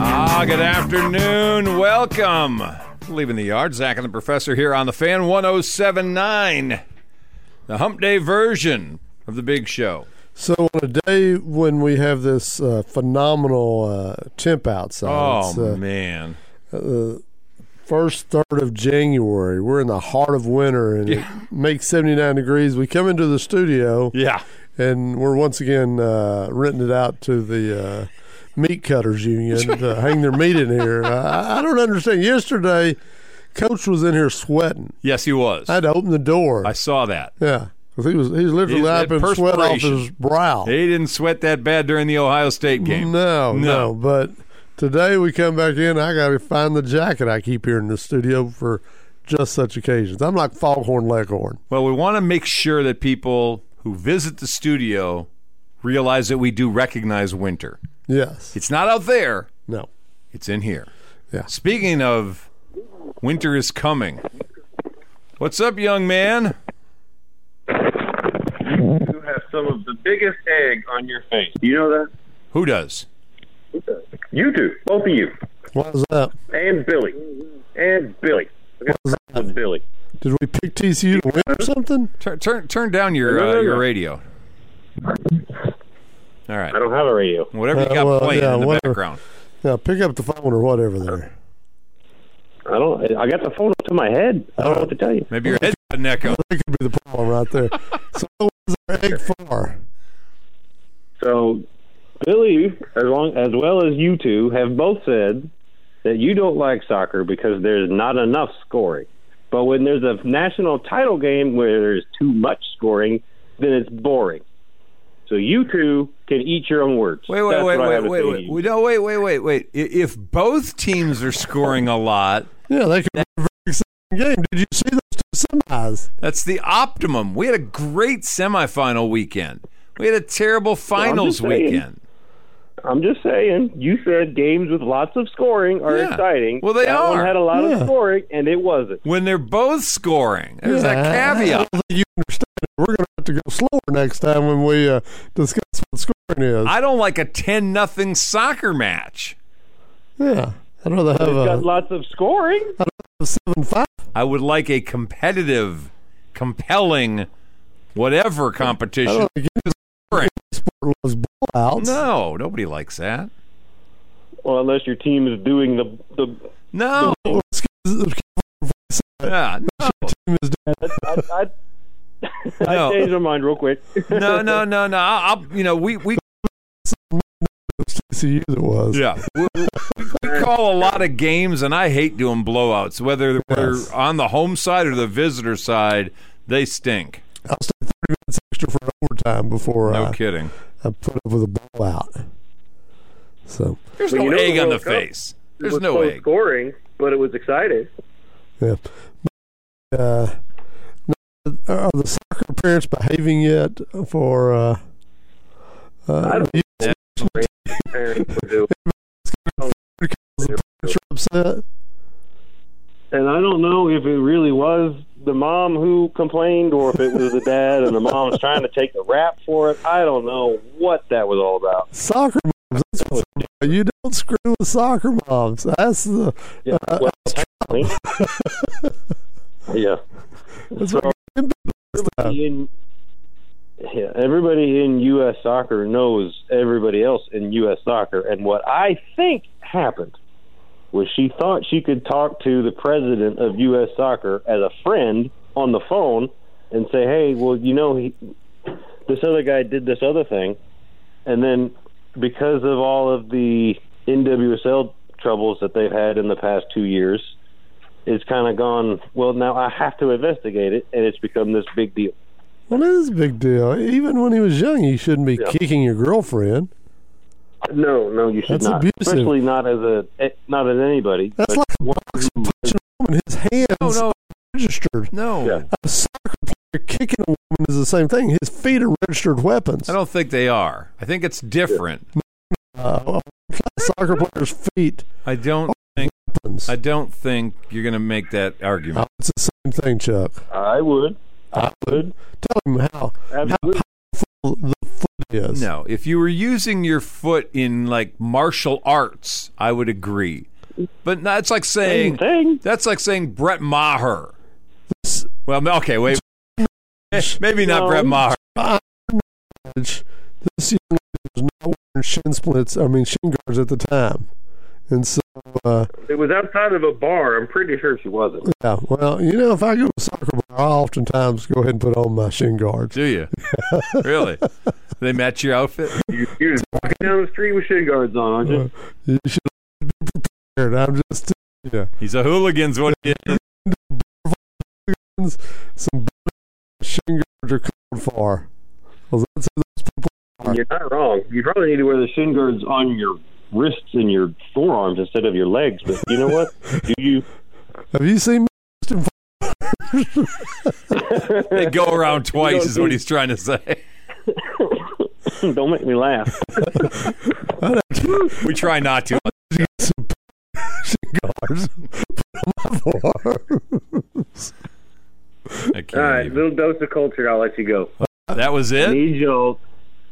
Ah, afternoon. Welcome. Leaving the yard. Zach and the professor here on the fan 1079. The hump day version of the big show. So on a day when we have this uh, phenomenal uh, temp outside, Oh, it's, uh, man. first third of January, we're in the heart of winter, and Yeah. it makes seventy nine degrees. We come into the studio, Yeah. and we're once again uh, renting it out to the uh, meat cutters union to hang their meat in here. I, I don't understand. Yesterday, Coach was in here sweating. Yes, he was. I I, had to open the door. saw that. yeah, 'Cause he was he's literally He's had lapping sweat off perspiration. his brow. He didn't sweat that bad during the Ohio State game. No, Mm-hmm. No. no, But today we come back in. I got to find the jacket I keep here in the studio for just such occasions. I'm like Foghorn Leghorn. Well, we want to make sure that people who visit the studio realize that we do recognize winter. Yes. It's not out there, No. it's in here. Yeah. Speaking of winter is coming. What's up, young man? You have some of the biggest egg on your face. You know that? Who does? You do. Both of you. What was that? And Billy. And Billy. Look at the Billy. Did we pick TCU to win or something? Turn turn turn down your No, no, uh, no. your radio. All right. I don't have a radio. Whatever you Uh, got well, playing yeah, in the whatever. background. No, pick up the phone or whatever there. I don't. I got the phone up to my head. I don't know what to tell you. Maybe your head's got an echo. That could be the problem right there. so what was our egg for? So, Billy, as long as well as you two, have both said that you don't like soccer because there's not enough scoring. But when there's a national title game where there's too much scoring, then it's boring. So you two can eat your own words. Wait, wait, That's wait, what I wait, have to wait, say to wait. you. We- No, wait, wait, wait, wait. I- If both teams are scoring a lot, Yeah, that could be a very exciting game. Did you see those two semis? that's the optimum. We had a great semifinal weekend. We had a terrible finals saying. weekend. I'm just saying. You said games with lots of scoring are Yeah. exciting. Well, they that are. One had a lot Yeah. of scoring, and it wasn't. When they're both scoring, there's yeah, I- that I caveat. don't think you understand. it. We're going to have to go slower next time when we uh, discuss what scoring is. I don't like a 10 nothing soccer match. yeah. I'd rather have It's a, got lots of scoring. a seven five. I would like a competitive, compelling, whatever I competition. don't think any Right. sport loves blowouts. No, nobody likes that. Well, unless your team is doing the the. No, Well, it's 'cause- it's 'cause yeah, no, the team is doing- I, I, I No. changed my mind real quick. no, no, no, no. I'll, you know, we we it's TCU that was. yeah we, we- we call a lot of games, and I hate doing blowouts, whether we're Yes. on the home side or the visitor side. They stink. I'll stay 30 minutes extra for overtime before No I, kidding. I put up with a blowout. So, There's no Well, you know the egg on the World Cup face. There's was no low egg. scoring, but it was exciting. yeah. But, uh, now, are the soccer parents behaving yet for uh, uh, don't- Parents would do. parents are upset? And I don't know if it really was the mom who complained or if it was the dad and the mom was trying to take the rap for it. I don't know what that was all about. Soccer moms. That's what's about. You don't screw with soccer moms. That's the Yeah. Uh, well, apparently. yeah. that's So- what I'm getting Everybody In, yeah, everybody in U.S. soccer knows everybody else in U.S. soccer. And what I think happened was she thought she could talk to the president of U.S. soccer as a friend on the phone and say, hey, well, you know, he, this other guy did this other thing. And then because of all of the NWSL troubles that they've had in the past two years, it's kind of gone, well, now I have to investigate it, and it's become this big deal. Well, it is a big deal. Even when he was young, he shouldn't be Yeah. kicking your girlfriend. No, no, you should That's not. abusive. Especially not as a eh, not as anybody. That's but like a one boxer who- punching a woman. His hands No, no, registered. no. Yeah. A soccer player kicking a woman is the same thing. His feet are registered weapons. I don't think they are. I think it's different. Uh, a soccer player's feet I don't. weapons. I don't think you're going to make that argument. Oh, it's the same thing, Chuck. I would. I would. Tell him how Absolutely. full the foot is. No, if you were using your foot in like martial arts, I would agree. But no, that's like saying thing. that's like saying Brett Maher. Well, no, okay, wait. Maybe not No. Brett Maher. This young lady was not wearing shin splints. I mean shin guards at the time, and so uh, It was outside of a bar. I'm pretty sure she wasn't. yeah. Well, you know, if I go to a soccer bar, I oftentimes go ahead and put on my shin guards. Do you really? They match your outfit. You, you're just walking down the street with shin guards on, aren't you? You should be prepared. I'm just yeah. He's a hooligans. What he is. Some shin guards are called for. Well, that's who those people You're not wrong. You probably need to wear the shin guards on your wrists and your forearms instead of your legs. But you know what? Do you? Have you seen Mr. F- they go around twice is what he's trying to say. Don't make me laugh. We try not to. some cigars? Put on my forearms. I can't All right, even. little dose of culture. I'll let you go. That was I it. need y'all.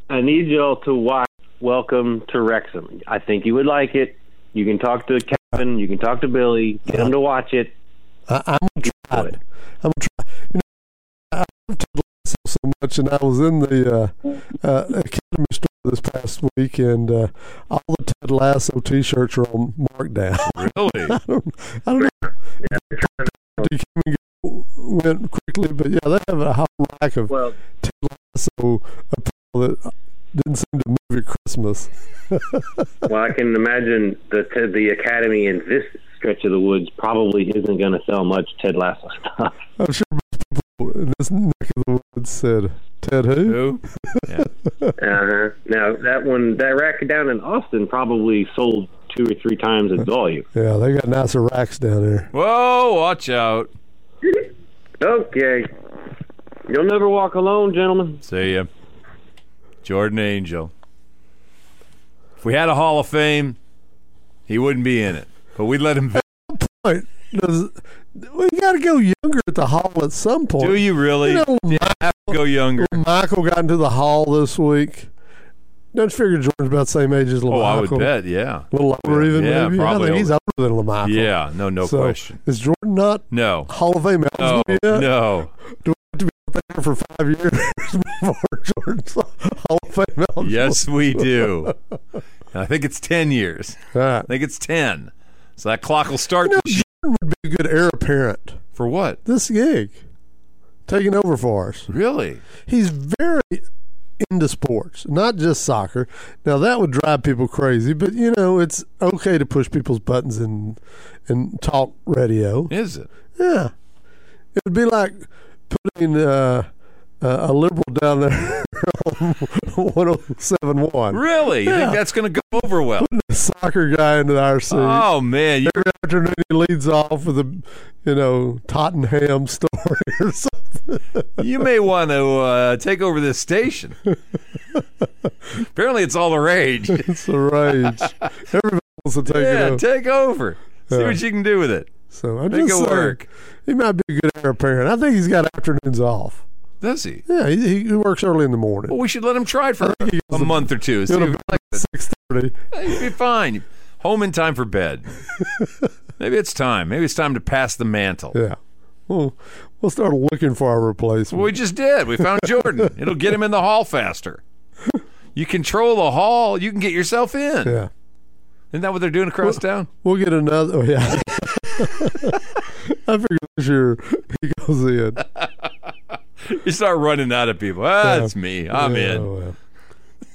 I need y'all to watch Welcome to Wrexham. I think you would like it. You can talk to Kevin. You can talk to Billy. Get them to watch it. I, I'm gonna try it. I'm gonna try. You know, I loved Ted Lasso so much, and I was in the uh, uh, Academy store this past week, and uh, all the Ted Lasso T-shirts are on markdown. Really? I don't, I don't know. if they came and go- went quickly, but yeah, they have a whole rack of Well, so apparel that didn't seem to move at Christmas. well, I can imagine the Ted, the Academy in this stretch of the woods probably isn't going to sell much Ted Lasso stuff. I'm sure most people in this neck of the woods said, Ted Who? who? Uh-huh. Now that one, that rack down in Austin probably sold two or three times its volume. Yeah, they got nicer racks down there. Whoa! Watch out. Okay. You'll never walk alone, gentlemen. See ya. Jordan Angel. If we had a Hall of Fame, he wouldn't be in it. But we let him. Wait, does, we got to go younger at the hall at some point. Do you really You know, go younger? Michael got into the hall this week. Don't you figure Jordan's about the same age as Oh, LaMichael? I would bet. Yeah. A little older, even Yeah, maybe. probably I think he's older than LaMichael. Yeah. No. No so, question. Is Jordan not No. Hall of Fame No. eligible yet? No. Do I have to be up there for five years before Jordan's Hall of Fame eligible? Yes, we do. And I think it's ten years. All right. I think it's ten. So that clock will start. You know, Jordan would be a good heir apparent. For what? This gig, taking over for us. Really? He's very into sports, not just soccer. Now that would drive people crazy, but you know it's okay to push people's buttons and and talk radio. Is it? Yeah, it would be like putting uh, uh, a liberal down there on 107.1. Really? You Yeah. think that's going to go over well? soccer guy into our seat. Oh man, you Every afternoon he leads off with a, you know, Tottenham story or something. you may want to uh, take over this station. Apparently, it's all the rage. It's a rage. Everybody wants to take it yeah, over. take over. See Yeah. what you can do with it. so I'm Make it just saying, work. he might be a good heir apparent. I think he's got afternoons off. Does he? Yeah, he, he works early in the morning. Well, we should let him try it for I think he a goes to- month or two. See go to if he bed likes it. Six thirty. He'd be fine. Home in time for bed. Maybe it's time. Maybe it's time to pass the mantle. Yeah. Well, we'll start looking for our replacement. Well, we just did. We found Jordan. It'll get him in the hall faster. You control the hall. You can get yourself in. yeah. Isn't that what they're doing across town? We'll get another. Oh, yeah. I figure this year he goes in. You start running out of people. Ah, that's me. I'm Yeah, in. well.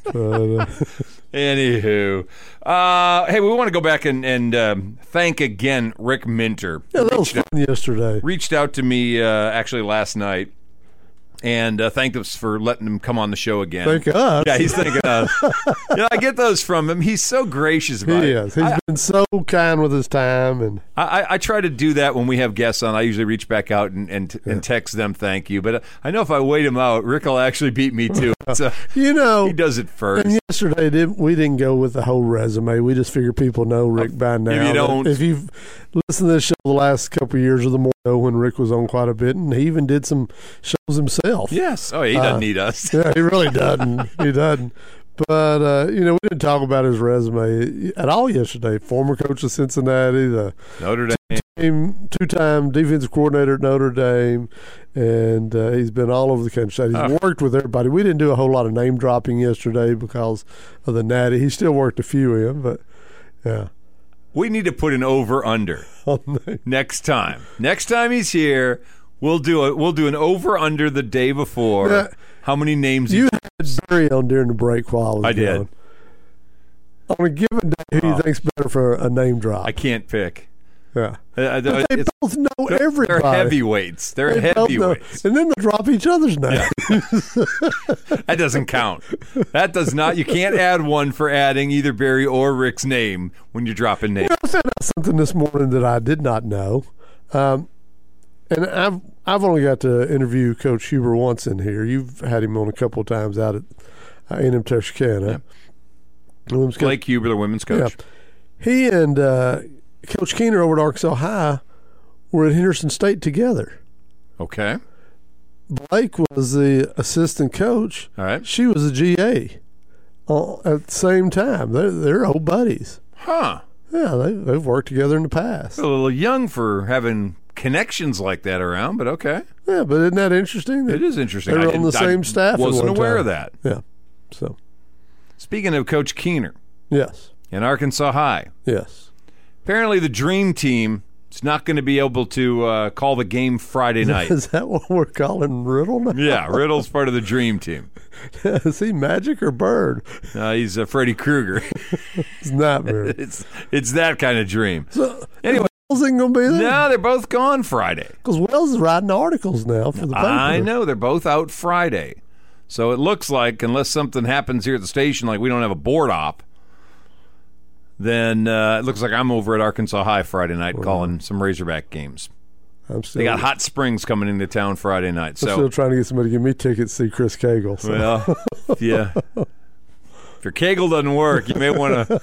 But, uh, Anywho, uh, hey, we want to go back and, and um, thank again Rick Minter. Yeah, that was fun yesterday. Reached out to me uh, actually last night and uh, thanked us for letting him come on the show again. Thank God. yeah, he's thinking of. you know, I get those from him. He's so gracious he about it. is. He's been so kind with his time, and I, I- I try to do that when we have guests on. I usually reach back out and, and, and text them thank you. But uh, I know if I wait him out, Rick will actually beat me too. So you know. he does it first. and yesterday, didn't, we didn't go with the whole resume. We just figure people know Rick by now. you don't- if you've listened to this show the last couple of years or the more ago when Rick was on quite a bit, and he even did some shows himself. Uh, Yes. Oh, he doesn't need us. Yeah, he really doesn't. he doesn't. But uh, you know, we didn't talk about his resume at all yesterday. Former coach of Cincinnati, the Notre Dame. team, two-time defensive coordinator at Notre Dame, and uh, he's been all over the country. He's Oh. worked with everybody. We didn't do a whole lot of name dropping yesterday because of the natty. He still worked a few in, but yeah, We need to put an over under next time. Next time he's here, we'll do a we'll do an over under the day before. Yeah. How many names you had Barry on during the break while I was I did. Ah. gone. On a given day, who you think's better for a name drop? I can't pick. yeah, Uh, uh, but they it's- both know they're everybody. heavyweights. They're They both know- heavyweights. and then they drop each other's name. That doesn't count. That does not. You can't add one for adding either Barry or Rick's name when you're dropping names. I found out something this morning that I did not know, um, and I've I've only got to interview Coach Huber once in here. You've had him on a couple of times out at uh, A&M Texarkana. Williams County. Blake Huber, the women's coach. He and uh, Coach Keener over at Arkansas High were at Henderson State together. Okay. Blake was the assistant coach. All right. She was a GA uh, at the same time. They're, they're old buddies. Huh. Yeah, they, they've worked together in the past. A little young for having connections like that around, but okay. Yeah, but isn't that interesting? It is interesting. They I were on didn't- the same I staff at Wasn't one aware time. of that. Yeah. So, Speaking of Coach Keener yes, in Arkansas High, yes. apparently the dream team is not going to be able to uh, call the game Friday night. Is that what we're calling Riddle now? yeah, Riddle's part of the dream team. is he magic or bird? Uh, he's uh, Freddy Krueger. It's nightmare. it's it's that kind of dream. so, Anyway. Wells ain't going to be there No, they're both gone Friday. because Wells is writing articles now for the paper. I know they're both out Friday, so it looks like unless something happens here at the station, like we don't have a board op, then uh, it looks like I'm over at Arkansas High Friday night calling some Razorback games. I'm still, They got Hot Springs coming into town Friday night, I'm still so trying to get somebody to give me tickets to see Chris Cagle. So. well, yeah. If your Kegel doesn't work, you may want to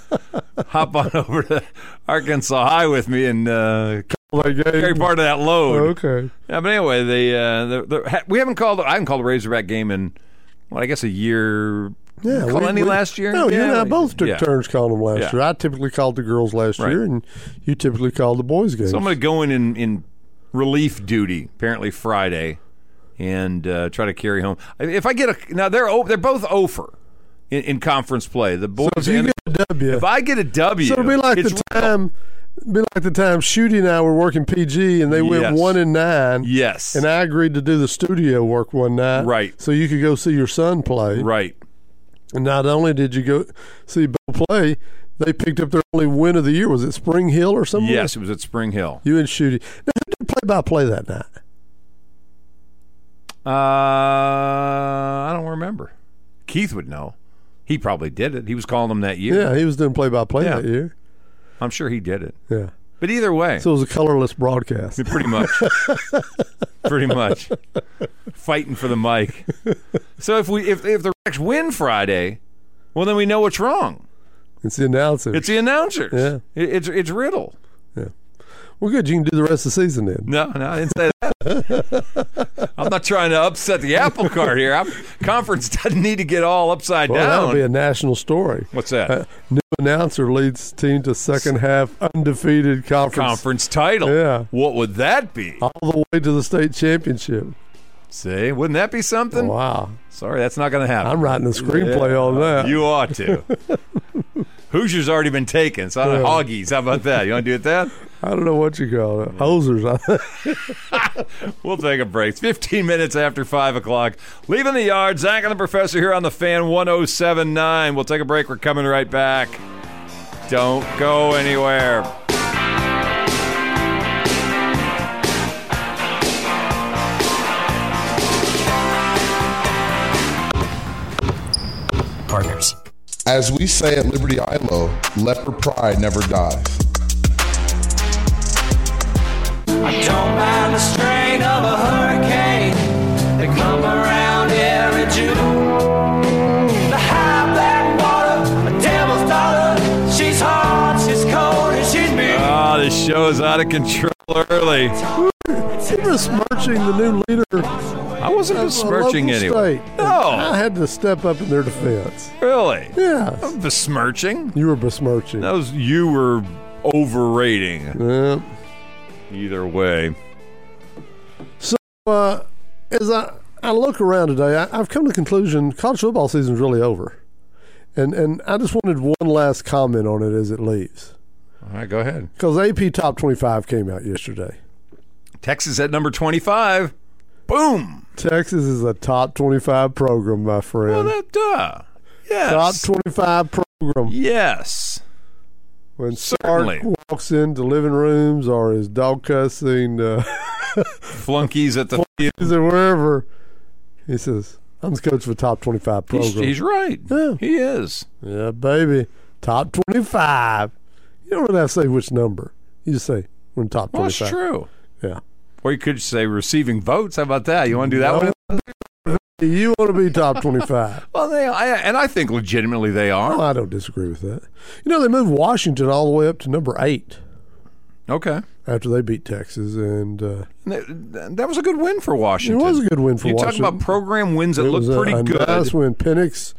hop on over to Arkansas High with me and uh, Like, hey, carry part of that load. okay. Yeah, but anyway, they uh, the, the, ha- we haven't called. I haven't called a Razorback game in, well, I guess a year. Yeah, call we- any we- last year? No, you and I we- both took yeah. turns calling them Yeah. last year. I typically called the girls last Right. year, and you typically called the boys games. So I'm going to go in, in in relief duty apparently Friday, and uh, try to carry home. If I get a now, they're o- they're both over in, in conference play. The boys. if you and the- get a W, if I get a W, So it'd be like it's the time, be like the time Shooty and I were working PG, and they went Yes. one and nine. yes, And I agreed to do the studio work one night, Right. So you could go see your son play. right. And not only did you go see Bo play, they picked up their only win of the year. Was it Spring Hill or something? Yes, it was at Spring Hill. You and Shooty. Now who did play by play that night? Uh, I don't remember. Keith would know. He probably did it. He was calling them that year. Yeah, he was doing play by play Yeah. that year. I'm sure he did it. Yeah. But either way, So it was a colorless broadcast. pretty much, pretty much, fighting for the mic. So if we if if the Rex win Friday, well then we know what's wrong. It's the announcer. It's the announcers. Yeah. It- it's it's Riddle. well, good. You can do the rest of the season then. No, no, I didn't say that. I'm not trying to upset the apple cart here. I'm, conference doesn't need to get all upside Well, that down. would be a national story. what's that? Uh, new announcer leads team to second half undefeated conference, Conference title. Yeah. Uh, What would that be? all the way to the state championship. See, wouldn't that be something? Wow. Sorry, that's not going to happen. I'm writing a screenplay on that. You ought to. Hoosier's already been taken, so I don't, Hoggies. How about that? You want to do it that? I don't know what you call it. Hosers. We'll take a break. It's 15 minutes after 5 o'clock. Leaving the yard. Zach and the professor here on the fan 1079. We'll take a break. We're coming right back. Don't go anywhere. partners. As we say at Liberty ILO, leper pride never dies. I don't mind the strain of a hurricane. They come around every June. The high black water, a devil's daughter. She's hard, she's cold, and she's mean. Ah, the This show is out of control early. You're besmirching the new leader. I wasn't of a besmirching local anyone. state. I No, had to step up in their defense. really. Yeah, I'm besmirching. you were besmirching. That was you were overrating. Yeah. Either way, uh, as I, I look around today, I, I've come to the conclusion college football season's really over. And, and I just wanted one last comment on it as it leaves. all right, go ahead. Because AP Top 25 came out yesterday. Texas at number twenty-five. Boom. Texas is a top 25 program, my Well, friend. that, duh. Yes. top 25 program. Yes. When Certainly. Sark walks into living rooms or is dog cussing, uh, Flunkies at the. field. is it wherever, he says, I'm the coach of a top 25 program. He's, he's right. Yeah. He is. Yeah, baby. Top 25. You don't really have to say which number. You just say, we're in top Well, that's 25. true. Yeah. Or you could say receiving votes. How about that? You want to do that No. one? You want to be top 25. Well, they I, and I think legitimately they are. well, I don't disagree with that. You know, they moved Washington all the way up to number eight Okay. after they beat Texas. And uh, And That that was a good win for it Washington. was a good win for You talk Washington. about program wins that it was look a, pretty a good. nice win. Penix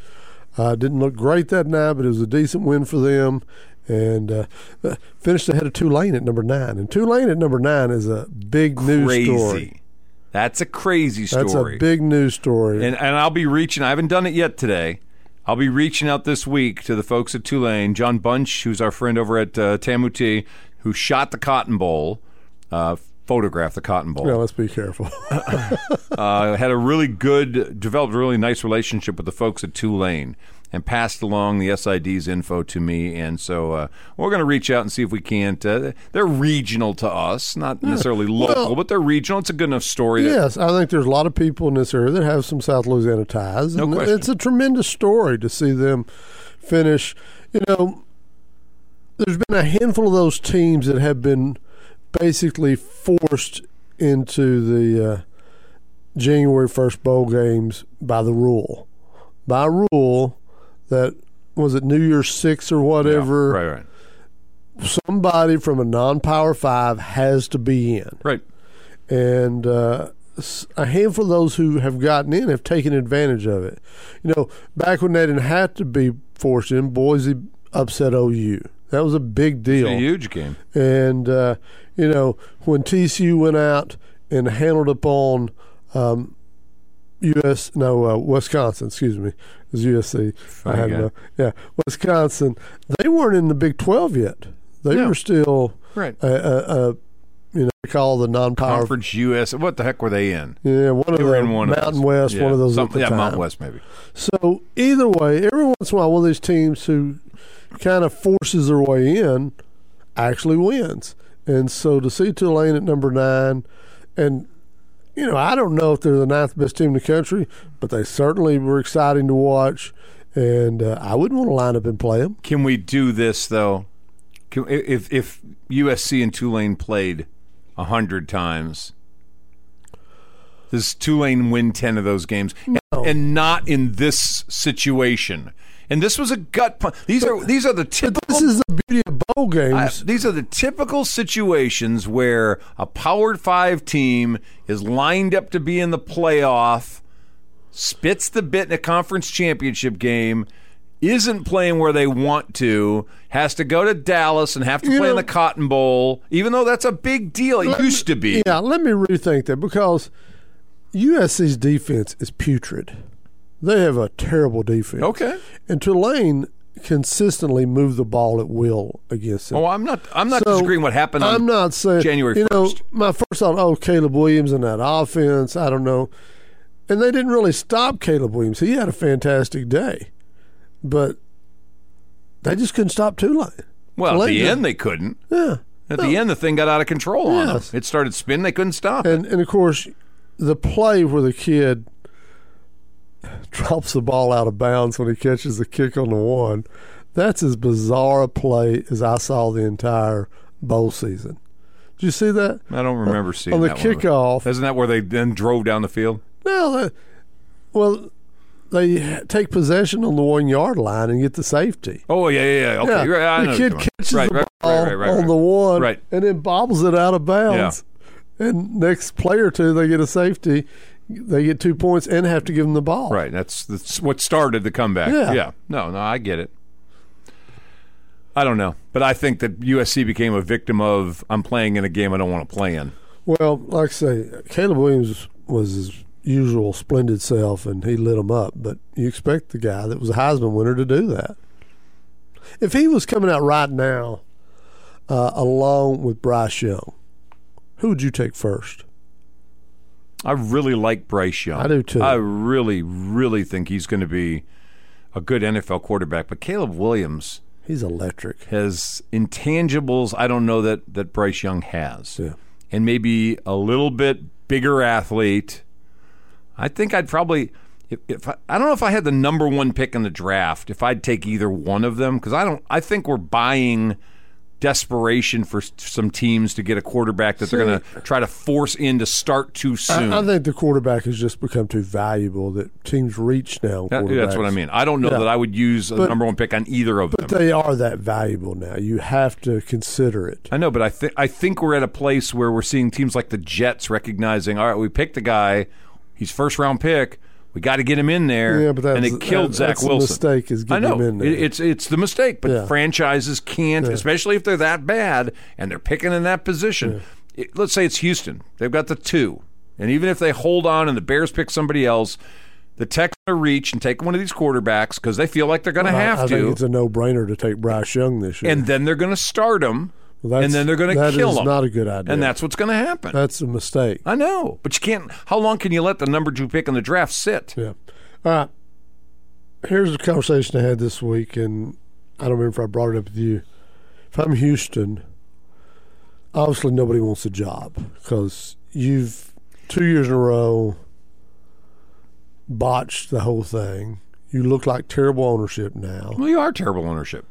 uh, didn't look great that night, but it was a decent win for them. And uh, uh, finished ahead of Tulane at number nine. And Tulane at number nine is a big crazy. news story. That's a crazy That's story. a big news story. and and I'll be reaching. I haven't done it yet today. I'll be reaching out this week to the folks at Tulane. John Bunch, who's our friend over at uh, Tamuti, who shot the Cotton Bowl, uh, photographed the Cotton Bowl. Yeah, let's be careful. uh, had a really good, developed a really nice relationship with the folks at Tulane and passed along the SID's info to me. And so uh, we're going to reach out and see if we can't. Uh, they're regional to us, not necessarily local, but they're regional. It's a good enough story. that- yes, I think there's a lot of people in this area that have some South Louisiana ties. No and question. It's a tremendous story to see them finish. You know, there's been a handful of those teams that have been basically forced into the uh, January 1st bowl games by the rule. By rule, that was it New Year's 6 or whatever, Right, right, somebody from a non power five has to be in. right. and uh, s- a handful of those who have gotten in have taken advantage of it. You know, back when they didn't have to be forced in, Boise upset OU. That was a big deal. A huge game. And uh, you know, when TCU went out and handled upon um, U.S. no uh, Wisconsin, excuse me, it was USC. I had guy. no, yeah, Wisconsin. They weren't in the Big Twelve yet. They No. were still Right. uh, uh, uh, you know, they call the non-power Conference US. What the heck were they in? yeah, one of They were the in one of Mountain those. West, Yeah, one of those some- at the yeah, time. Mountain West, maybe. So either way, every once in a while, one of these teams who kind of forces their way in actually wins. And so to see Tulane at number nine, and you know I don't know if they're the ninth best team in the country, but they certainly were exciting to watch. And uh, I wouldn't want to line up and play them. Can we do this though? Can, i- if if USC and Tulane played a hundred times, does Tulane win ten of those games? And, and not in this situation. And this was a gut punch. These are these are the typical. This is the beauty of bowl I- games. these are the typical situations where a power five team is lined up to be in the playoff, spits the bit in a conference championship game, isn't playing where they want to, has to go to Dallas and have to You play in know- the Cotton Bowl, even though that's a big deal. It used to be. yeah, let me rethink that because USC's defense is putrid. They have a terrible defense. Okay. And Tulane consistently moved the ball at will against them. Oh, I'm not. I'm not So, disagreeing. What happened? on I'm not saying January You know, 1st. my first thought, oh, Caleb Williams and that offense. I don't know, and they didn't really stop Caleb Williams. He had a fantastic day, but they just couldn't stop Tulane. Well, at Tulane the did- end they couldn't. yeah. At the end, the thing got out of control on them. Yes. It started spinning. They couldn't stop. it. And and of course, the play where the kid drops the ball out of bounds when he catches the kick on the one, that's as bizarre a play as I saw the entire bowl season. Did you see that? I don't remember seeing on the that one. kickoff. Isn't that where they then drove down the field? No, that, well, they take possession on the one yard line and get the safety. Oh yeah, yeah, yeah. Okay, Yeah, right, I know the what kid you're talking catches about. the right, ball right, right, right, right, on right. the one, Right. and then bobbles it out of bounds. And next play or two, they get a safety. They get two points and have to give them the ball. Right. That's, that's what started the comeback. Yeah. No, no, I get it. I don't know. But I think that USC became a victim of I'm playing in a game I don't want to play in. Well, like I say, Caleb Williams was his usual splendid self, and he lit them up. But you expect the guy that was a Heisman winner to do that. If he was coming out right now, uh, along with Bryce Young, who would you take first? I really like Bryce Young. I do, too. I really, really think he's going to be a good NFL quarterback. But Caleb Williams He's electric. has intangibles I don't know that, that Bryce Young has. Yeah. And maybe a little bit bigger athlete. I think I'd probably if, if I, I don't know if I had the number one pick in the draft, if I'd take either one of them because I don't. I think we're buying desperation for s- some teams to get a quarterback that they're going to try to force in to start too soon. I, I think the quarterback has just become too valuable that teams reach now. on That- that's what I quarterbacks. mean. I don't know Yeah. that I would use a number one pick on either of them. But they are that valuable now. You have to consider it. I know, but I think I think we're at a place where we're seeing teams like the Jets recognizing, all right, we picked a guy, he's first round pick, we got to get him in there, Yeah, but that's- and it killed that- Zach that's the Wilson. mistake is I getting know him in there. It- it's it's the mistake, but Yeah. franchises can't, especially if they're that bad and they're picking in that position. It- let's say it's Houston, they've got the two, and even if they hold on and the Bears pick somebody else. The Texans are reach and take one of these quarterbacks because they feel like they're going to I- have I, to think it's a no-brainer to take Bryce Young this year. and then they're going to start him, Well, that's- and then they're going to that kill is him. not a good idea. And that's what's going to happen. that's a mistake. I know, but you can't. How long can you let the number two pick in the draft sit? Yeah. All right. Here's a conversation I had this week, and I don't remember if I brought it up with you. If I'm Houston, obviously nobody wants a job because you've two years in a row botched the whole thing. You look like terrible ownership now. Well, you are terrible ownership,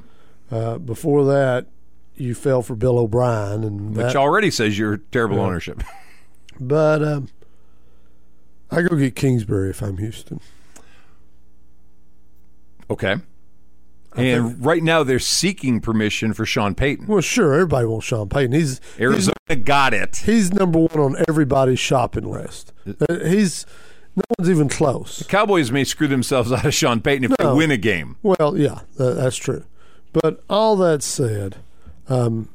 Uh, before that, you fell for Bill O'Brien, and which that, already says you're terrible ownership. but um, I go get Kingsbury if I'm Houston. Okay. And right now they're seeking permission for Sean Payton. Well, sure, everybody wants Sean Payton. He's he's Arizona got it. he's number one on everybody's shopping list. Uh, He's no one's even close. Cowboys may screw themselves out of Sean Payton if No. they win a game. Well, yeah, tha- that's true. But all that said, um,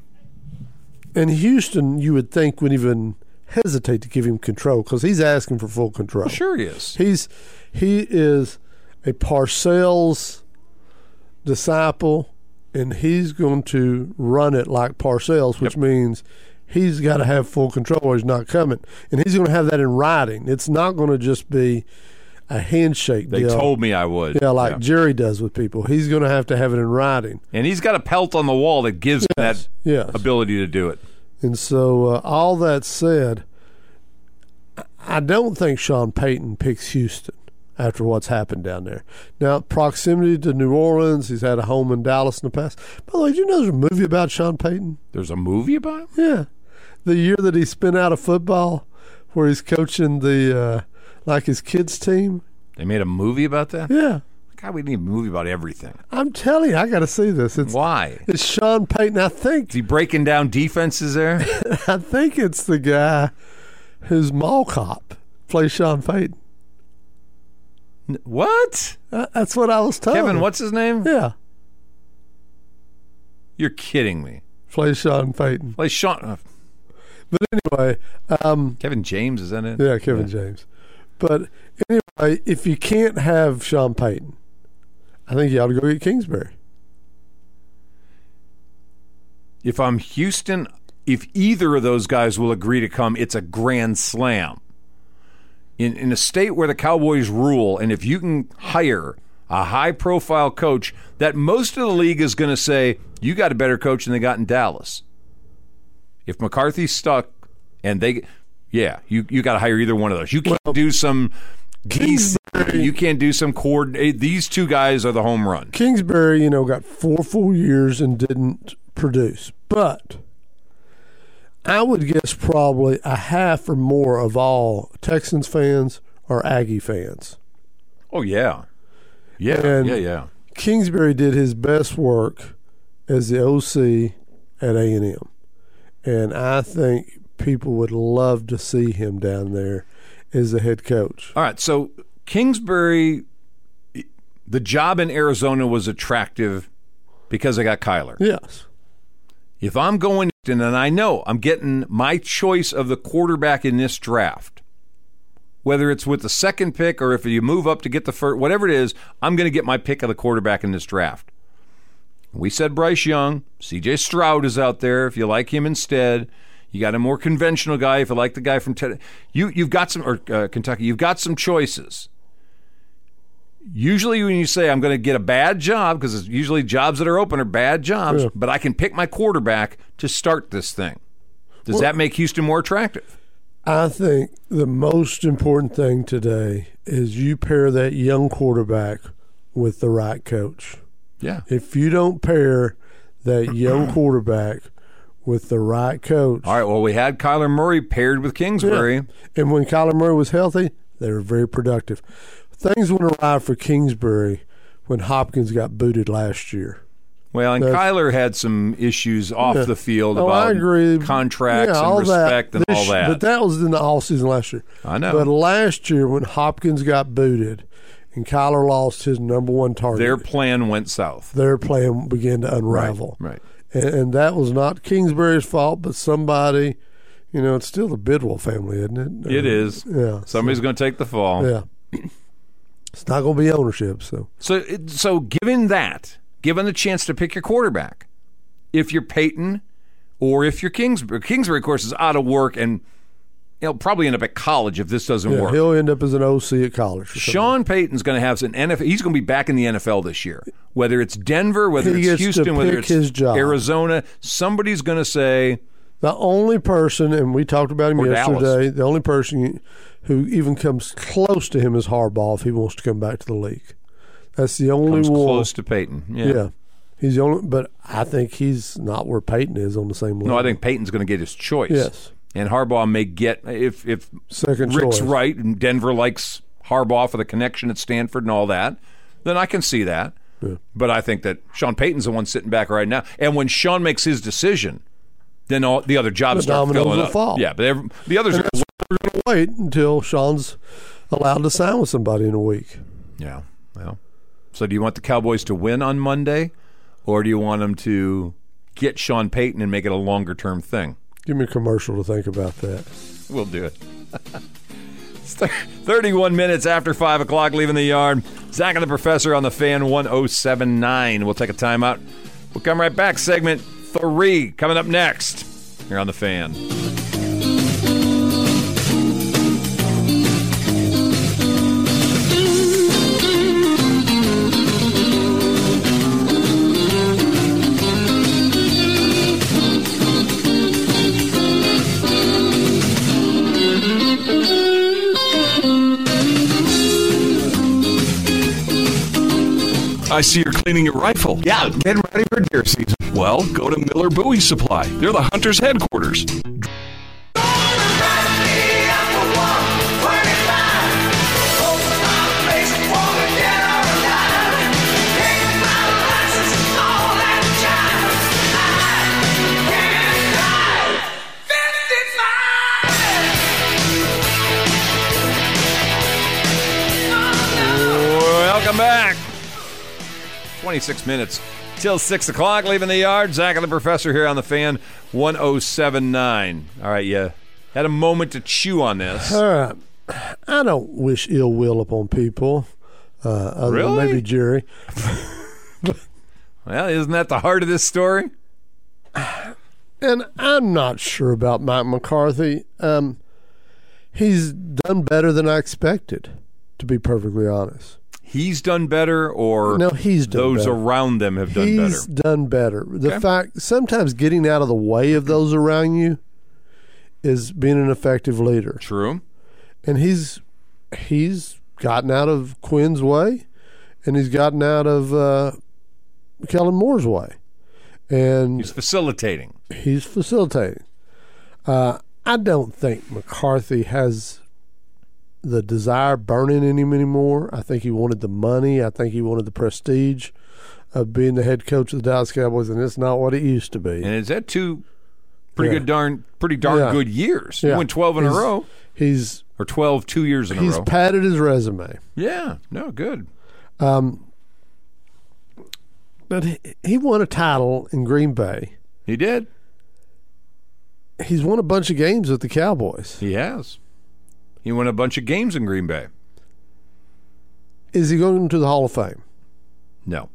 in Houston, you would think would even hesitate to give him control because he's asking for full control. Sure he is. He's he is a Parcells disciple, and he's going to run it like Parcells, which means he's got to have full control or he's not coming, and he's going to have that in writing. It's not going to just be a handshake They deal. told me I would. yeah, like Jerry does with people. He's going to have to have it in writing. And he's got a pelt on the wall that gives him that Yes. ability to do it. And so, uh, all that said, I don't think Sean Payton picks Houston after what's happened down there. Now, proximity to New Orleans, he's had a home in Dallas in the past. By the way, did you know there's a movie about Sean Payton? There's a movie about him? Yeah. The year that he spent out of football, where he's coaching the, uh, like his kids' team. They made a movie about that? Yeah. God, we need a movie about everything. I'm telling you, I got to see this. It's, Why? it's Sean Payton. I think Is he breaking down defenses there? I think it's the guy who's mall cop plays Sean Payton. what? Uh, That's what I was told. Kevin, what's his name? Yeah, You're kidding me. plays Sean Payton. Like Sean, uh, Anyway, um, Kevin James is in it. yeah, Kevin James. But anyway, if you can't have Sean Payton, I think you ought to go get Kingsbury. If I'm Houston, if either of those guys will agree to come, it's a grand slam. In in a state where the Cowboys rule, and if you can hire a high profile coach, that most of the league is going to say you got a better coach than they got in Dallas. If McCarthy's stuck, and they, yeah, you you got to hire either one of those. You can't do some. DC, you can't do some coordinate. These two guys are the home run. Kingsbury, you know, got four full years and didn't produce, but I would guess probably a half or more of all Texans fans are Aggie fans. Oh yeah, Yeah, And- yeah, yeah. Kingsbury did his best work as the OC at A and M, and I think people would love to see him down there as the head coach. All right, so Kingsbury, the job in Arizona was attractive because I got Kyler. Yes, If I'm going, and then I know I'm getting my choice of the quarterback in this draft, whether it's with the second pick or if you move up to get the first, whatever it is, I'm going to get my pick of the quarterback in this draft. We said Bryce Young, CJ Stroud is out there. If you like him instead, you got a more conventional guy. If you like the guy from Ted, you you've got some or uh, Kentucky, you've got some choices. Usually, when you say I'm going to get a bad job, because it's usually jobs that are open are bad jobs, but I can pick my quarterback to start this thing. Does that make Houston more attractive? I think the most important thing today is you pair that young quarterback with the right coach. Yeah. If you don't pair that young quarterback with the right coach, All right. Well, we had Kyler Murray paired with Kingsbury. And when Kyler Murray was healthy, they were very productive. Things went awry for Kingsbury when Hopkins got booted last year. Well, and That's- Kyler had some issues off the field Oh, about I agree. contracts Yeah, and respect and This- all that. But that was in the offseason last year. I know. But last year, when Hopkins got booted and Kyler lost his number one target, Their plan went south. their plan began to unravel. Right. And, and that was not Kingsbury's fault, but somebody, you know, it's still the Bidwell family, isn't it? It is. Yeah. Somebody's going to take the fall. Yeah. It's not going to be ownership, so. So, it- so given that, given the chance to pick your quarterback, if you're Peyton or if you're Kingsbury, Kingsbury, of course, is out of work and he'll probably end up at college if this doesn't Yeah, work. He'll end up as an OC at college. or something. Sean Payton's going to have an NFL. He's going to be back in the NFL this year. Whether it's Denver, whether He it's gets to Houston, whether pick it's his job. Arizona, somebody's going to say, The only person, and we talked about him Or Dallas. yesterday, the only person who even comes close to him is Harbaugh if he wants to come back to the league. That's the only "Comes one. close to Peyton." Yeah. yeah. He's the only, but I think he's not where Peyton is on the same level. No, I think Peyton's going to get his choice. Yes. And Harbaugh may get if if Second Rick's choice. right and Denver likes Harbaugh for the connection at Stanford and all that, then I can see that. But I think that Sean Payton's the one sitting back right now. And when Sean makes his decision, then all the other jobs The start dominoes filling will up. fall. Yeah, but every, the others. Are, Wait until Sean's allowed to sign with somebody in a week. yeah. Well. So do you want the Cowboys to win on Monday, or do you want them to get Sean Payton and make it a longer term thing? Give me a commercial to think about that. We'll do it. It's thir- 31 minutes after 5 o'clock, leaving the yard. Zach and the Professor on the fan 1079. We'll take a timeout. We'll come right back. Segment 3 coming up next here on the fan. I see you're cleaning your rifle. Yeah, getting ready for deer season. Well, go to Miller Bowie Supply. They're the hunter's headquarters. Welcome back. 26 minutes till 6 o'clock, leaving the yard. Zach and the Professor here on the fan 1079. All right, yeah. Had a moment to chew on this. All right. Uh, I don't wish ill will upon people, uh, other Really? than maybe Jerry. Well, isn't that the heart of this story? And I'm not sure about Mike McCarthy. Um, he's done better than I expected, to be perfectly honest. he's done better or No, he's done those better. around them have done he's better. done better. The fact sometimes getting out of the way of those around you is being an effective leader, True. and he's he's gotten out of Quinn's way, and he's gotten out of uh, Kellen Moore's way, and He's facilitating. he's facilitating. Uh, I don't think McCarthy has the desire burning in him anymore. I think he wanted the money. I think he wanted the prestige of being the head coach of the Dallas Cowboys, and it's not what it used to be. And is that two pretty Yeah. good darn pretty darn Yeah. good years? Yeah. You went twelve in He's- a row He's or 12 two years in he's a row. padded his resume. yeah, no, good. But he, he won a title in Green Bay. He did. He's won a bunch of games with the Cowboys. He has. He won a bunch of games in Green Bay. Is he going to the Hall of Fame? No.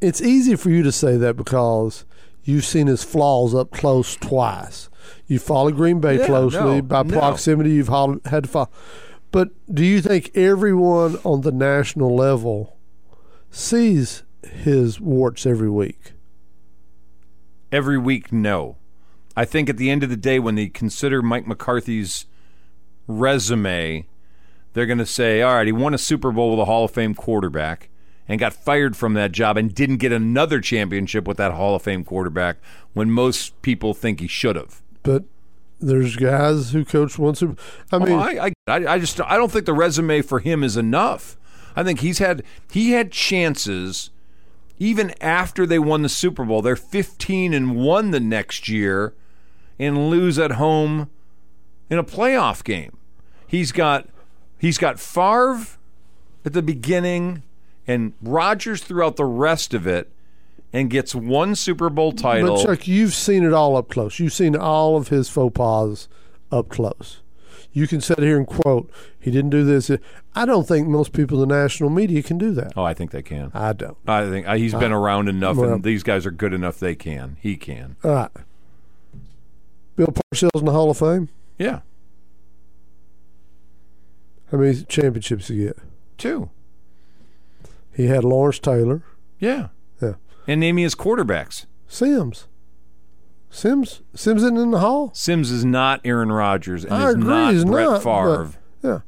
It's easy for you to say that because you've seen his flaws up close twice. You follow Green Bay Yeah, closely no, by no. proximity. You've hol- had to follow. But do you think everyone on the national level sees his warts every week? Every week, no. I think at the end of the day, when they consider Mike McCarthy's resume, they're going to say, all right, he won a Super Bowl with a Hall of Fame quarterback and got fired from that job and didn't get another championship with that Hall of Fame quarterback when most people think he should have. But there's guys who coach once. a- I mean, Oh, I, I, I just I don't think the resume for him is enough. I think he's had he had chances even after they won the Super Bowl. They're 15 and one the next year and lose at home in a playoff game. He's got he's got Favre at the beginning and Rodgers throughout the rest of it and gets one Super Bowl title. But Chuck, you've seen it all up close. You've seen all of his faux pas up close. You can sit here and quote, "He didn't do this." I don't think most people in the national media can do that. oh, I think they can. I don't. I think uh, he's been around enough, well- and these guys are good enough. They can. He can. All right. Bill Parcells in the Hall of Fame. Yeah, How many championships he get? two. He had Lawrence Taylor, Yeah, Yeah. And name me his quarterbacks. Sims, Sims, Sims isn't in the Hall. Sims is not Aaron Rodgers, and I is agree, not he's Brett not, Favre, but- yeah.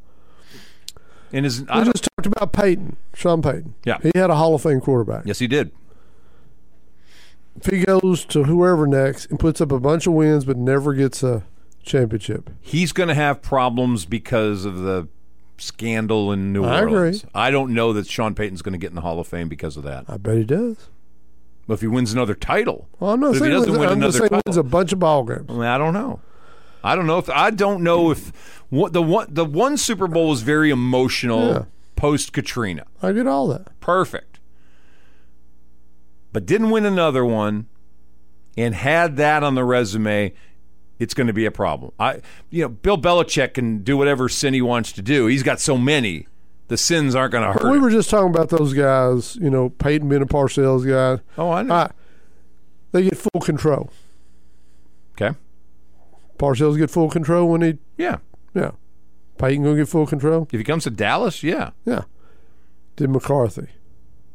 and is We I don't, just talked about Peyton, Sean Peyton. Yeah. he had a Hall of Fame quarterback. yes, he did. if he goes to whoever next and puts up a bunch of wins but never gets a championship, He's going to have problems because of the scandal in New I agree. Orleans. I don't know that Sean Payton's going to get in the Hall of Fame because of that. I bet he does. But if he wins another title, Well, I'm but not if he saying doesn't wins, win I'm just another saying title, wins a bunch of ball games. I, mean, I don't know. I don't know if I don't know if what the one the one Super Bowl was very emotional Yeah. post Katrina. I get all that. perfect. But didn't win another one and had that on the resume, it's going to be a problem. I you know, Bill Belichick can do whatever sin he wants to do. He's got so many. The sins aren't going to hurt. We him. were just talking about those guys, you know, Peyton being a Parcells guy. oh, I know. All right. They get full control. okay. Parcells get full control when he, Yeah. yeah. Peyton gonna get full control, If he comes to Dallas, yeah. yeah. Did McCarthy?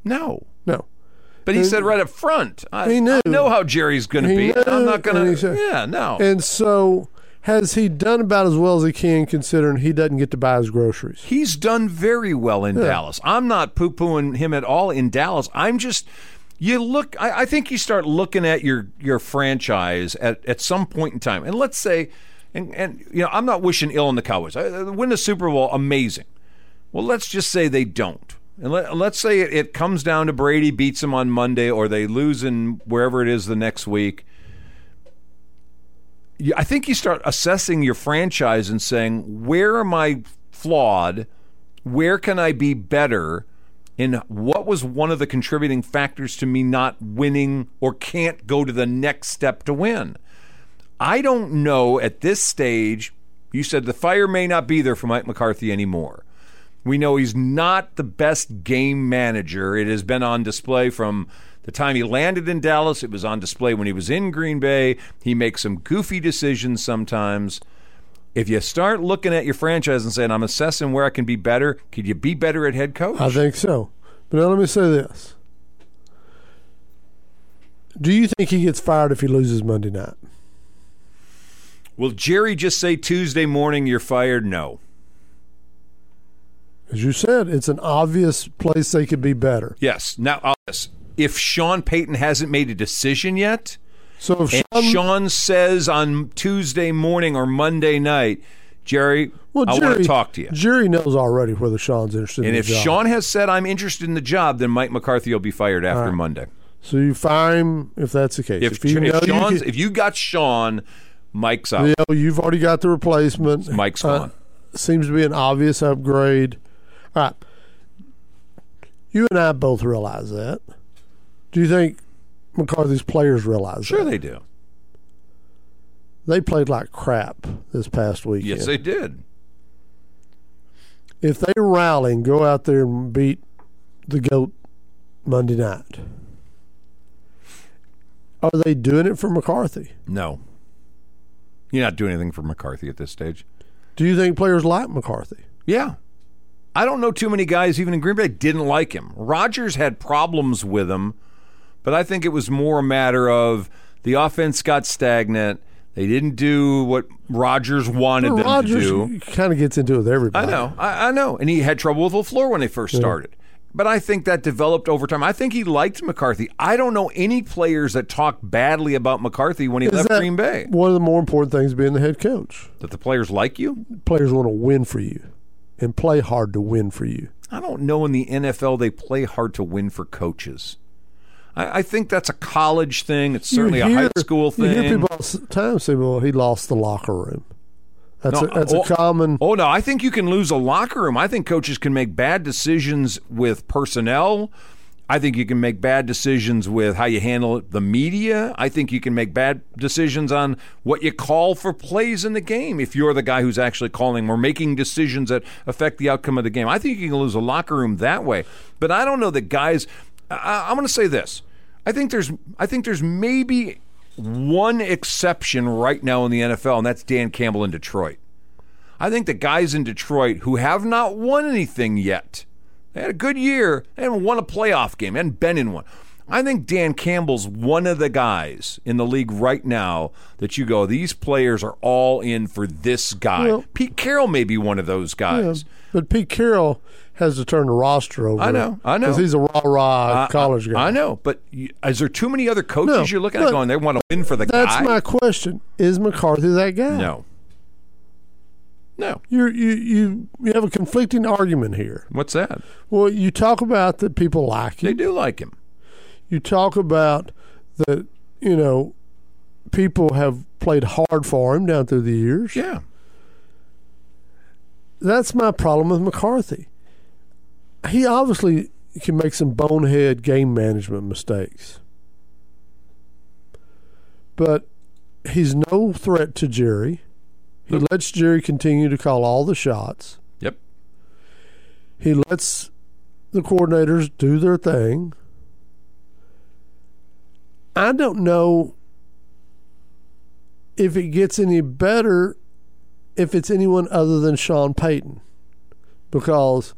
No. No. But he And- said right up front, I, He knew. I know how Jerry's going to He be. and I'm knew, not going and to. he said- yeah, no. And so, has he done about as well as he can, considering he doesn't get to buy his groceries? He's done very well in Dallas. I'm not poo pooing him at all in Dallas. I'm just you look I, I think you start looking at your your franchise at, at some point in time. And let's say and and you know, I'm not wishing ill on the Cowboys. Uh, Win the Super Bowl, amazing. Well, let's just say they don't. And let, let's say it, it comes down to Brady beats him on Monday or they lose in wherever it is the next week. You- I think you start assessing your franchise and saying, where am I flawed? Where can I be better? And what was one of the contributing factors to me not winning or can't go to the next step to win? I don't know at this stage. You said the fire may not be there for Mike McCarthy anymore. We know he's not the best game manager. It has been on display from the time he landed in Dallas. It was on display when he was in Green Bay. He makes some goofy decisions sometimes. If you start looking at your franchise and saying, I'm assessing where I can be better, could you be better at head coach? I think so. But now let me say this. Do you think he gets fired if he loses Monday night? Will Jerry just say Tuesday morning you're fired? No. As you said, it's an obvious place they could be better. Yes. Now, I'll- yes. if Sean Payton hasn't made a decision yet, So if and Sean, Sean says on Tuesday morning or Monday night, Jerry, Well, I Jerry, want to talk to you. Jerry knows already whether Sean's interested. and in if the job. Sean has said I'm interested in the job, then Mike McCarthy will be fired after Monday. so you fire him if that's the case. If, you if know you Sean's, can- if you got Sean, Mike's out. you know, you've already got the replacement. Mike's Uh, gone. seems to be an obvious upgrade. All right. You and I both realize that. Do you think McCarthy's players realize Sure, that? they do. They played like crap this past weekend. Yes, they did. if they rally and go out there and beat the GOAT Monday night, are they doing it for McCarthy? No, you're not doing anything for McCarthy at this stage. Do you think players like McCarthy? Yeah. I don't know too many guys, even in Green Bay, didn't like him. Rodgers had problems with him, but I think it was more a matter of the offense got stagnant. They didn't do what Rodgers wanted them Rodgers to do. kind of gets into it with I everybody. know. I, I know. And he had trouble with LaFleur when they first started. But I think that developed over time. I think he liked McCarthy. I don't know any players that talk badly about McCarthy when he Is left that Green Bay. One of the more important things being the head coach. That the players like you? Players want to win for you and play hard to win for you. I don't know in the NFL they play hard to win for coaches. I, I think that's a college thing. It's certainly You a high hear- school You hear thing. people all the time say, well, he lost the locker room. That's, No, a, that's oh, a common. Oh no, I think you can lose a locker room. I think coaches can make bad decisions with personnel. I think you can make bad decisions with how you handle the media. I think you can make bad decisions on what you call for plays in the game if you're the guy who's actually calling or making decisions that affect the outcome of the game. I think you can lose a locker room that way. But I don't know that guys. I, I'm going to say this. I think there's. I think there's maybe one exception right now in the NFL, and that's Dan Campbell in Detroit. I think the guys in Detroit who have not won anything yet, they had a good year, they haven't won a playoff game, they hadn't been in one. I think Dan Campbell's one of the guys in the league right now that you go, these players are all in for this guy. Well- Pete Carroll may be one of those guys. But Pete Carroll has to turn the roster over. I know, I know. Because he's a rah rah I- college guy. I, know, but you, is there too many other coaches No, you're looking but at going, they want to win for the That's guy? my question. Is McCarthy that guy? no. No. You're, you you you have a conflicting argument here. What's that? Well, you talk about that people like They you. do like him. You talk about that you know people have played hard for him down through the years. Yeah. That's my problem with McCarthy. He obviously can make some bonehead game management mistakes. But he's no threat to Jerry. He lets Jerry continue to call all the shots. Yep. He lets the coordinators do their thing. I don't know if it gets any better if it's anyone other than Sean Payton because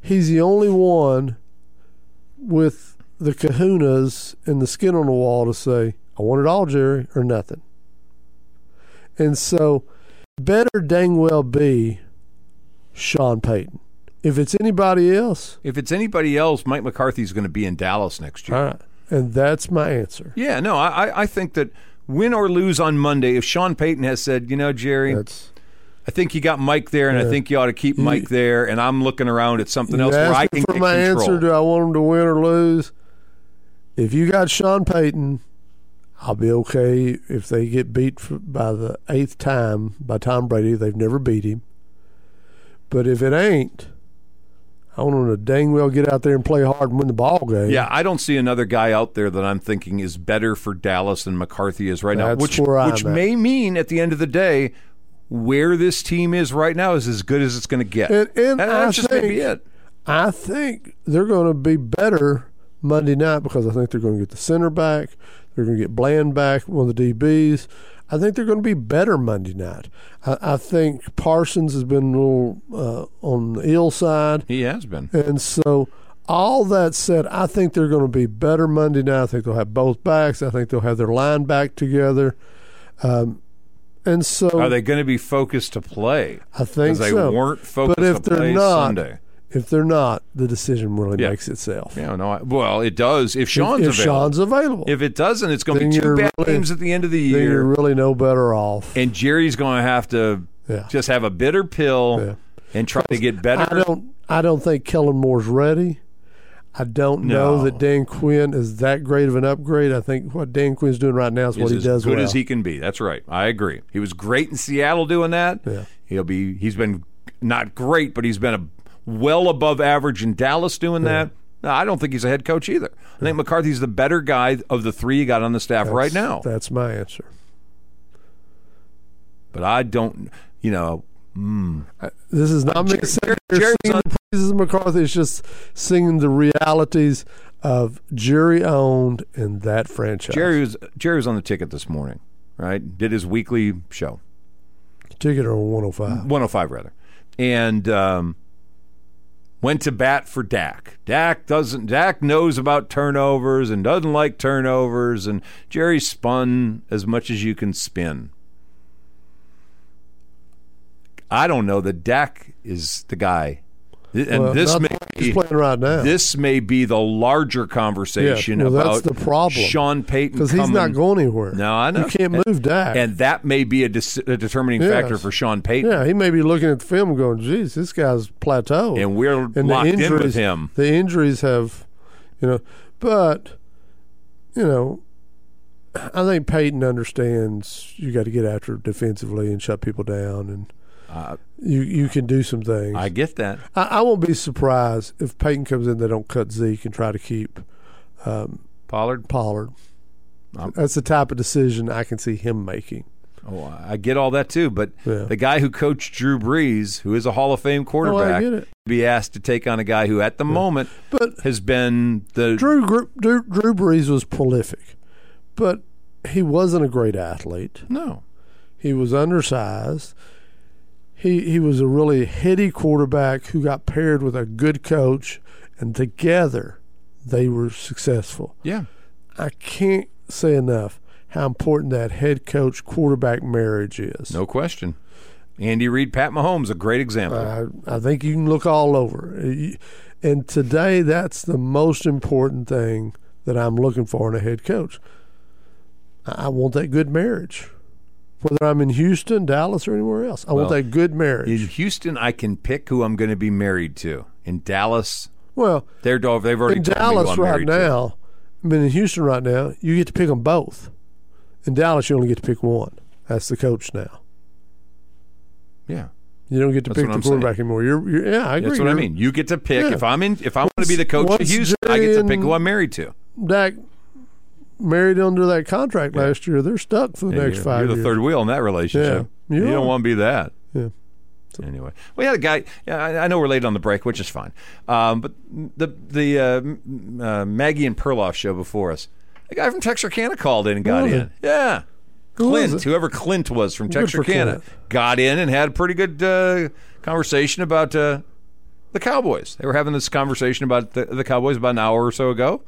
he's the only one with the kahunas and the skin on the wall to say, I want it all, Jerry, or nothing. And so, better dang well be Sean Payton. If it's anybody else, If it's anybody else, Mike McCarthy's going to be in Dallas next year. all right. And that's my answer. Yeah, no, I, I- I think that win or lose on Monday, if Sean Payton has said, you know, Jerry, That's I think you got Mike there, and I think you ought to keep Mike there, and I'm looking around at something else you where I asked can me for take my control. answer. Do I want him to win or lose? If you got Sean Payton, I'll be okay if they get beat f- by the eighth time by Tom Brady. They've never beat him. But if it ain't, I want him to dang well get out there and play hard and win the ball game. yeah, I don't see another guy out there that I'm thinking is better for Dallas than McCarthy is right now, That's which where I'm which at. may mean at the end of the day, where this team is right now is as good as it's going to get, And- and I that's just maybe think- it. I think they're going to be better Monday night because I think they're going to get the center back. They're going to get Bland back, one of the DBs. I think they're going to be better Monday night. I, I think Parsons has been a little uh, on the ill side. He has been. And so, all that said, I think they're going to be better Monday night. I think they'll have both backs. I think they'll have their line back together. Um, and so, Are they going to be focused to play? I think they so. weren't focused but if to they're play not, Sunday. If they're not, the decision really Yeah. makes itself. Yeah, no. I, well, it does if Sean's if available. Sean's available, If it doesn't, it's going to Then be two you're bad really- games at the end of the then you're year, really no better off. and Jerry's going to have to Yeah. Just have a bitter pill Yeah. and try to get better. I don't. I don't think Kellen Moore's ready. I don't know No. that Dan Quinn is that great of an upgrade. I think what Dan Quinn's doing right now is what is he as does good well. as he can be. That's right. I agree. He was great in Seattle doing that. Yeah. He'll be. He's been not great, but he's been a, well above average in Dallas doing that. No, I don't think he's a head coach either. I think McCarthy's the better guy of the three you got on the staff right now. That's my answer. But I don't. You know, This is not me sitting here Uh, Jerry's singing on- the praises of McCarthy. It's just singing the realities of jury owned in that franchise. Jerry was Jerry was on the ticket this morning. Right, did his weekly show. ticket oh or 105. 105 rather, and um, went to bat for Dak. Dak doesn't. Dak knows about turnovers and doesn't like turnovers. And Jerry spun as much as you can spin. I don't know that Dak is the guy, Th- and Well, this not may the way be- he's playing right now. This may be the larger conversation Yeah, well, about that's the problem. Sean Payton because he's not coming- going anywhere. No, I know. You can't move Dak. and that may be a, dis- a determining Yes. factor for Sean Payton. yeah, he may be looking at the film, and going, "Geez, this guy's plateaued." And we're the locked in with him. The injuries have, you know, but you know, I think Peyton understands you got to get after it defensively and shut people down, and you you can do some things. Uh, I get that. I, I won't be surprised if Peyton comes in. They don't cut Zeke and try to keep Pollard. Pollard. Um, That's the type of decision I can see him making. Oh, I get all that too, but Yeah. Oh, the guy who coached Drew Brees, who is a Hall of Fame quarterback, get it. be asked to take on a guy who, at the moment, But has been the Drew, Gr- Drew Drew Brees was prolific, but he wasn't a great athlete. no. He was undersized. He he was a really heady quarterback who got paired with a good coach, and together they were successful. Yeah, I can't say enough how important that head coach quarterback marriage is. no question. Andy Reid, Pat Mahomes, a great example. I, I think you can look all over. Uh, You- And today, that's the most important thing that I'm looking for in a head coach. I I want that good marriage, whether I'm in Houston, Dallas, or anywhere else. I want Well, that good marriage. in Houston, I can pick who I'm going to be married to. In Dallas, well, they're they've already in told me who Dallas I'm right married to. now, I mean, in Houston right now, you get to pick them both. In Dallas, you only get to pick one. That's the coach now. Yeah, You don't get to That's pick what the I'm saying. quarterback anymore. You're, you're, yeah, I agree. that's what I You're- mean. You get to pick Yeah. if I'm in. If I want to be the coach of once Houston, I get to pick who Jay I'm married to. Dak married under that contract last year, they're stuck for the Yeah, next you're, 5 you're the years. third wheel in that relationship. Yeah, you you don't are. want to be that. Yeah. Anyway, we had a guy. yeah, I, I know we're late on the break, which is fine. Um, but the the uh, m- uh, Maggie and Perloff show before us, a guy from Texarkana called in and got Really? in. Yeah, Who was Clint, it? whoever Clint was from Good for Texarkana, got in and had a pretty good uh, conversation about uh, the Cowboys. They were having this conversation about the, the Cowboys about an hour or so ago.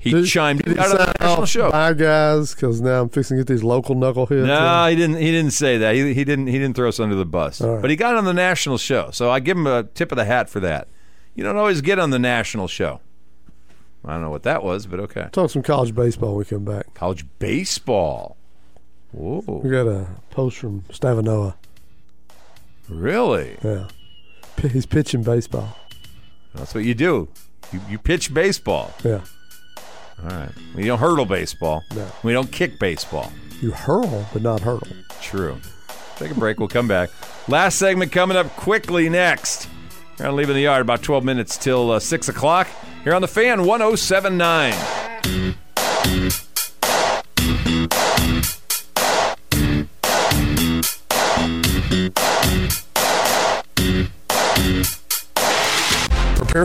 He Did- chimed did in he out of the sign national off, show. Bye, guys, because now I'm fixing to get these local knuckleheads. No, he didn't. He didn't say that. He, he didn't. He didn't throw us under the bus. uh, All right. But he got on the national show, so I give him a tip of the hat for that. You don't always get on the national show. I don't know what that was, but okay. Talk some college baseball when we come back. College baseball. We Whoa, got a post from Stavanoa. really? Yeah. P- He's pitching baseball. That's what you do. You, you pitch baseball. Yeah. All right. We don't hurdle baseball. No. We don't kick baseball. You hurl, but not hurdle. True. Take a break. We'll come back. Last segment coming up quickly next. We're going to leave in the yard about 12 minutes till uh, 6 o'clock here on the fan 1079. Prepare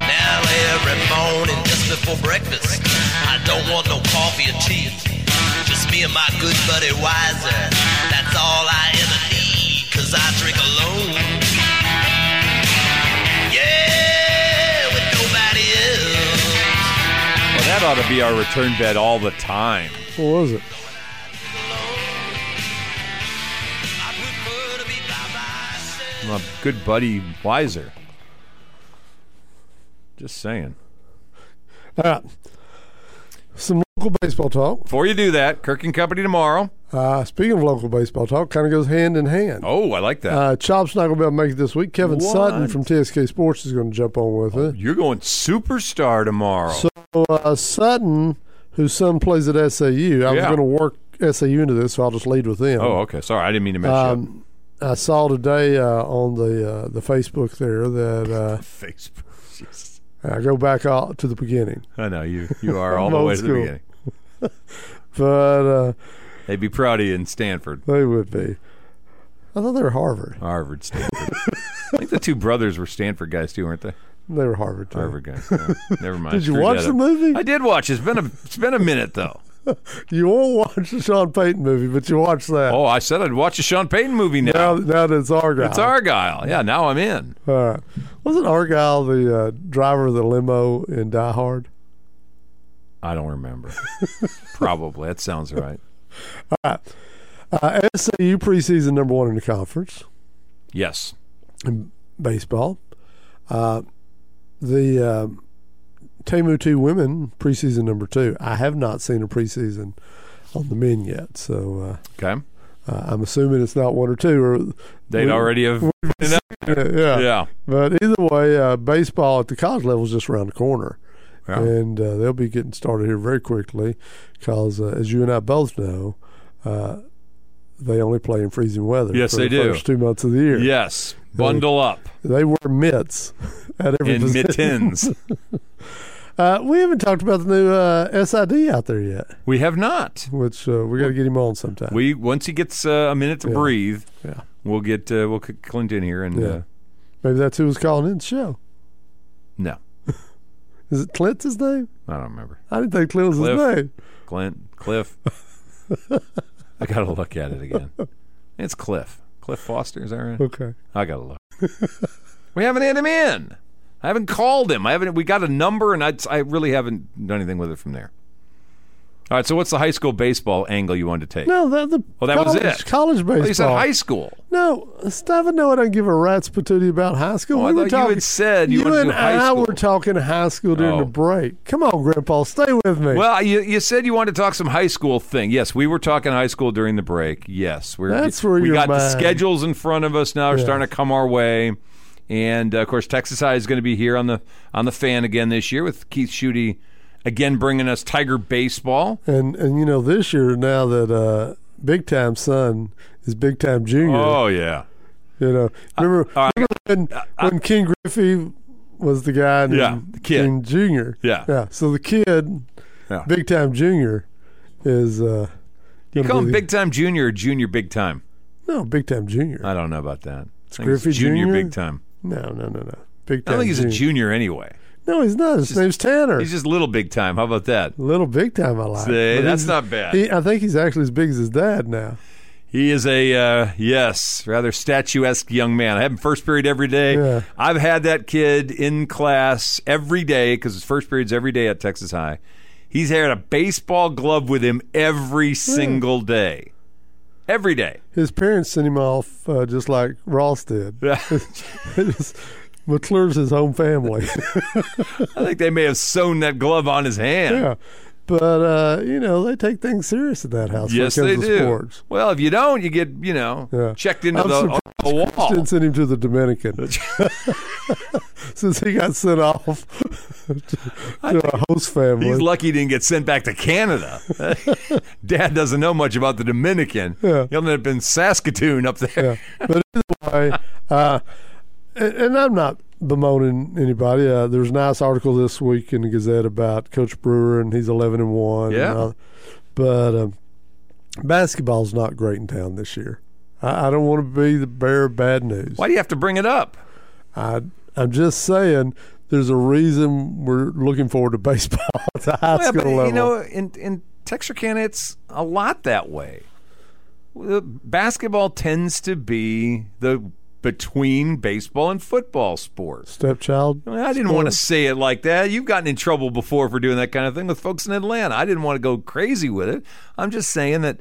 Now every morning just before breakfast, I don't want no coffee or tea. Just me and my good buddy Wiser. That's all I ever need, cause I drink alone. ought to be our return bed all the time. What was it? My good buddy Wiser. Just saying. All right. Some local baseball talk. Before you do that, Kirk and Company tomorrow. Uh, speaking of local baseball talk, kind of goes hand in hand. Oh, I like that. Uh, Chop's not going to be able to make it this week. Kevin What? Sutton from TSK Sports is going to jump on with it. You're going superstar tomorrow. So uh, Sutton, whose son plays at SAU, I was Yeah. going to work SAU into this, so I'll just lead with him. oh, okay. Sorry, I didn't mean to mess you Um, I saw today uh, on the uh, the Facebook there that uh, up. Facebook. Jesus. I go back all, to the beginning, I know you. You are all I'm the old way to the school. beginning. but uh, They'd be proud of you in Stanford, they would be. I thought they were Harvard. Harvard, Stanford. I think the two brothers were Stanford guys too, weren't they? They were Harvard. Too. Harvard guys. No, never mind. Did you Screwed watch that the up. movie? I did watch. It's been a it's been a minute though. You won't watch the Sean Payton movie, but you watch that. Oh, I said I'd watch a Sean Payton movie now. Now, now that it's Argyle. It's Argyle. Yeah, now I'm in. All right. Wasn't Argyle the uh, driver of the limo in Die Hard? I don't remember. Probably. That sounds right. Uh, SAU preseason number one in the conference. Yes. baseball. Uh, the uh, Tamu two women preseason number two. I have not seen a preseason on the men yet, so Okay. uh, uh, I'm assuming it's not one or two. Or They'd we- already have. yeah, yeah. Yeah. But either way, uh, baseball at the college level is just around the corner. Yeah. And uh, they'll be getting started here very quickly because, uh, as you and I both know, uh, they only play in freezing weather. Yes, for they the do. First two months of the year. Yes. Bundle up They wear mitts at every in position. mittens. Uh, we haven't talked about the new uh, SID out there yet, We have not. which uh, we got to get him on sometime. We once he gets uh, a minute to breathe, Yeah. we'll get uh, we'll c- Clint in here and Yeah. uh, Maybe that's who was calling in the show. no, Is it Clint's his name? I don't remember. I didn't think Clint was his Cliff. name. Clint, Cliff. I gotta look at it again. It's Cliff. Cliff Foster is that right? Okay. I gotta look. we haven't had him in. I haven't called him. I haven't. We got a number, and I, I really haven't done anything with it from there. All right. So, what's the high school baseball angle you wanted to take? No, that the Well, that was college, it. college baseball. Well, you said high school. No, Stephen, no, I don't give a rat's patootie about high school. Oh, I we were thought you talking, had said you wanted to and do high I school. were talking high school during Oh. the break. Come on, Grandpa, stay with me. Well, you, you said you wanted to talk some high school thing. Yes, we were talking high school during the break. Yes, we're That's where we your got the mind- schedules in front of us now. Are Yes. starting to come our way, and uh, of course Texas High is going to be here on the on the fan again this year with Keith Schutte again bringing us Tiger baseball. and and you know this year now that uh, big time son is big time junior. Oh yeah, You know, Uh, remember, all right. remember when, when King Griffey was the guy named uh, Yeah, the kid. King Junior. Yeah. yeah. So the kid, Yeah. big time Junior, is uh, you gonna call him be the- big time junior or junior big time? No, big time Junior. I don't know about that. I think Griffey it's junior, Jr.? big time. no, no, no, no. Big I time. don't think he's a junior. junior anyway. No, he's not. His name's Tanner. He's just little big time. How about that? Little big time, I like. See, But that's he's- not bad. He, I think he's actually as big as his dad now. He is a uh, yes, rather statuesque young man. I have him first period every day. Yeah. I've had that kid in class every day because his first period's every day at Texas High. He's had a baseball glove with him every single day, every day. His parents sent him off uh, just like Ross did. I Just- McClure's his home family. think they may have sewn that glove on his hand. Yeah. But uh, you know, they take things serious in that house Yes, when it they comes to do. sports. Well, if you don't, you get you know Yeah. checked into I'm the, the wall. Didn't send him to the Dominican since he got sent off to a host family. He's lucky he didn't get sent back to Canada. Dad doesn't know much about the Dominican. Yeah. He'll end up in Saskatoon up there. yeah. But either way, uh, and, and I'm not bemoaning anybody. Uh, there was a nice article this week in the Gazette about Coach Brewer, and he's 11 and one. and Yeah. all. but um, basketball's not great in town this year. I, I don't want to be the bearer of bad news. Why do you have to bring it up? I, I'm just saying, there's a reason we're looking forward to baseball at the high Yeah, school but, level. you know, in in Texarkana, it's a lot that way. The Basketball tends to be the between baseball and football sports. Stepchild. I, mean, I didn't want to say it like that. You've gotten in trouble before for doing that kind of thing with folks in Atlanta. I didn't want to go crazy with it. I'm just saying that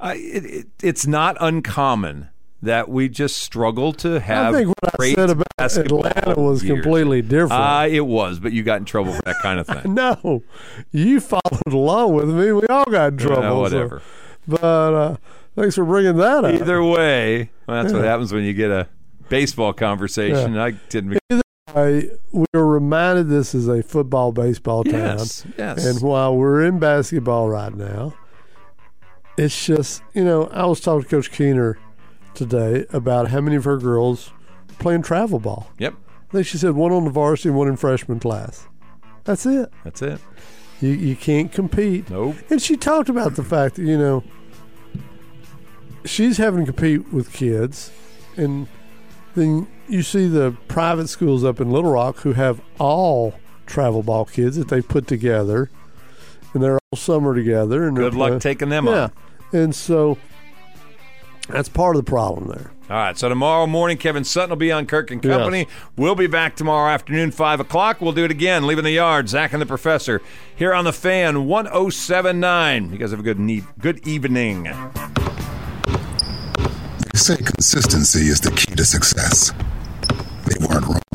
I, it, it, it's not uncommon that we just struggle to have. I think what I great said about basketball Atlanta was years. completely different. Uh, it was, but you got in trouble for that kind of thing. no, you followed along with me. We all got in trouble. Yeah, so- Uh, whatever. But uh, thanks for bringing that up. Either way, well, that's what happens when you get a baseball conversation. I didn't. I, we were reminded this is a football baseball town. Yes, yes. And while we're in basketball right now, it's just, you know, I was talking to Coach Keener today about how many of her girls playing travel ball. Yep, I think she said one on the varsity, one in freshman class. That's it. that's it. You, you can't compete. Nope. And she talked about the fact that, you know, she's having to compete with kids. And then you see the private schools up in Little Rock who have all travel ball kids that they put together. And they're all summer together. And they're Good luck play- taking them Yeah. on. And so that's part of the problem there. All right, so tomorrow morning, Kevin Sutton will be on Kirk and Company. We'll be back tomorrow afternoon, 5 o'clock. We'll do it again, leaving the yard. Zach and the professor here on the fan 1079. You guys have a good, ne- good evening. They say consistency is the key to success. They weren't wrong.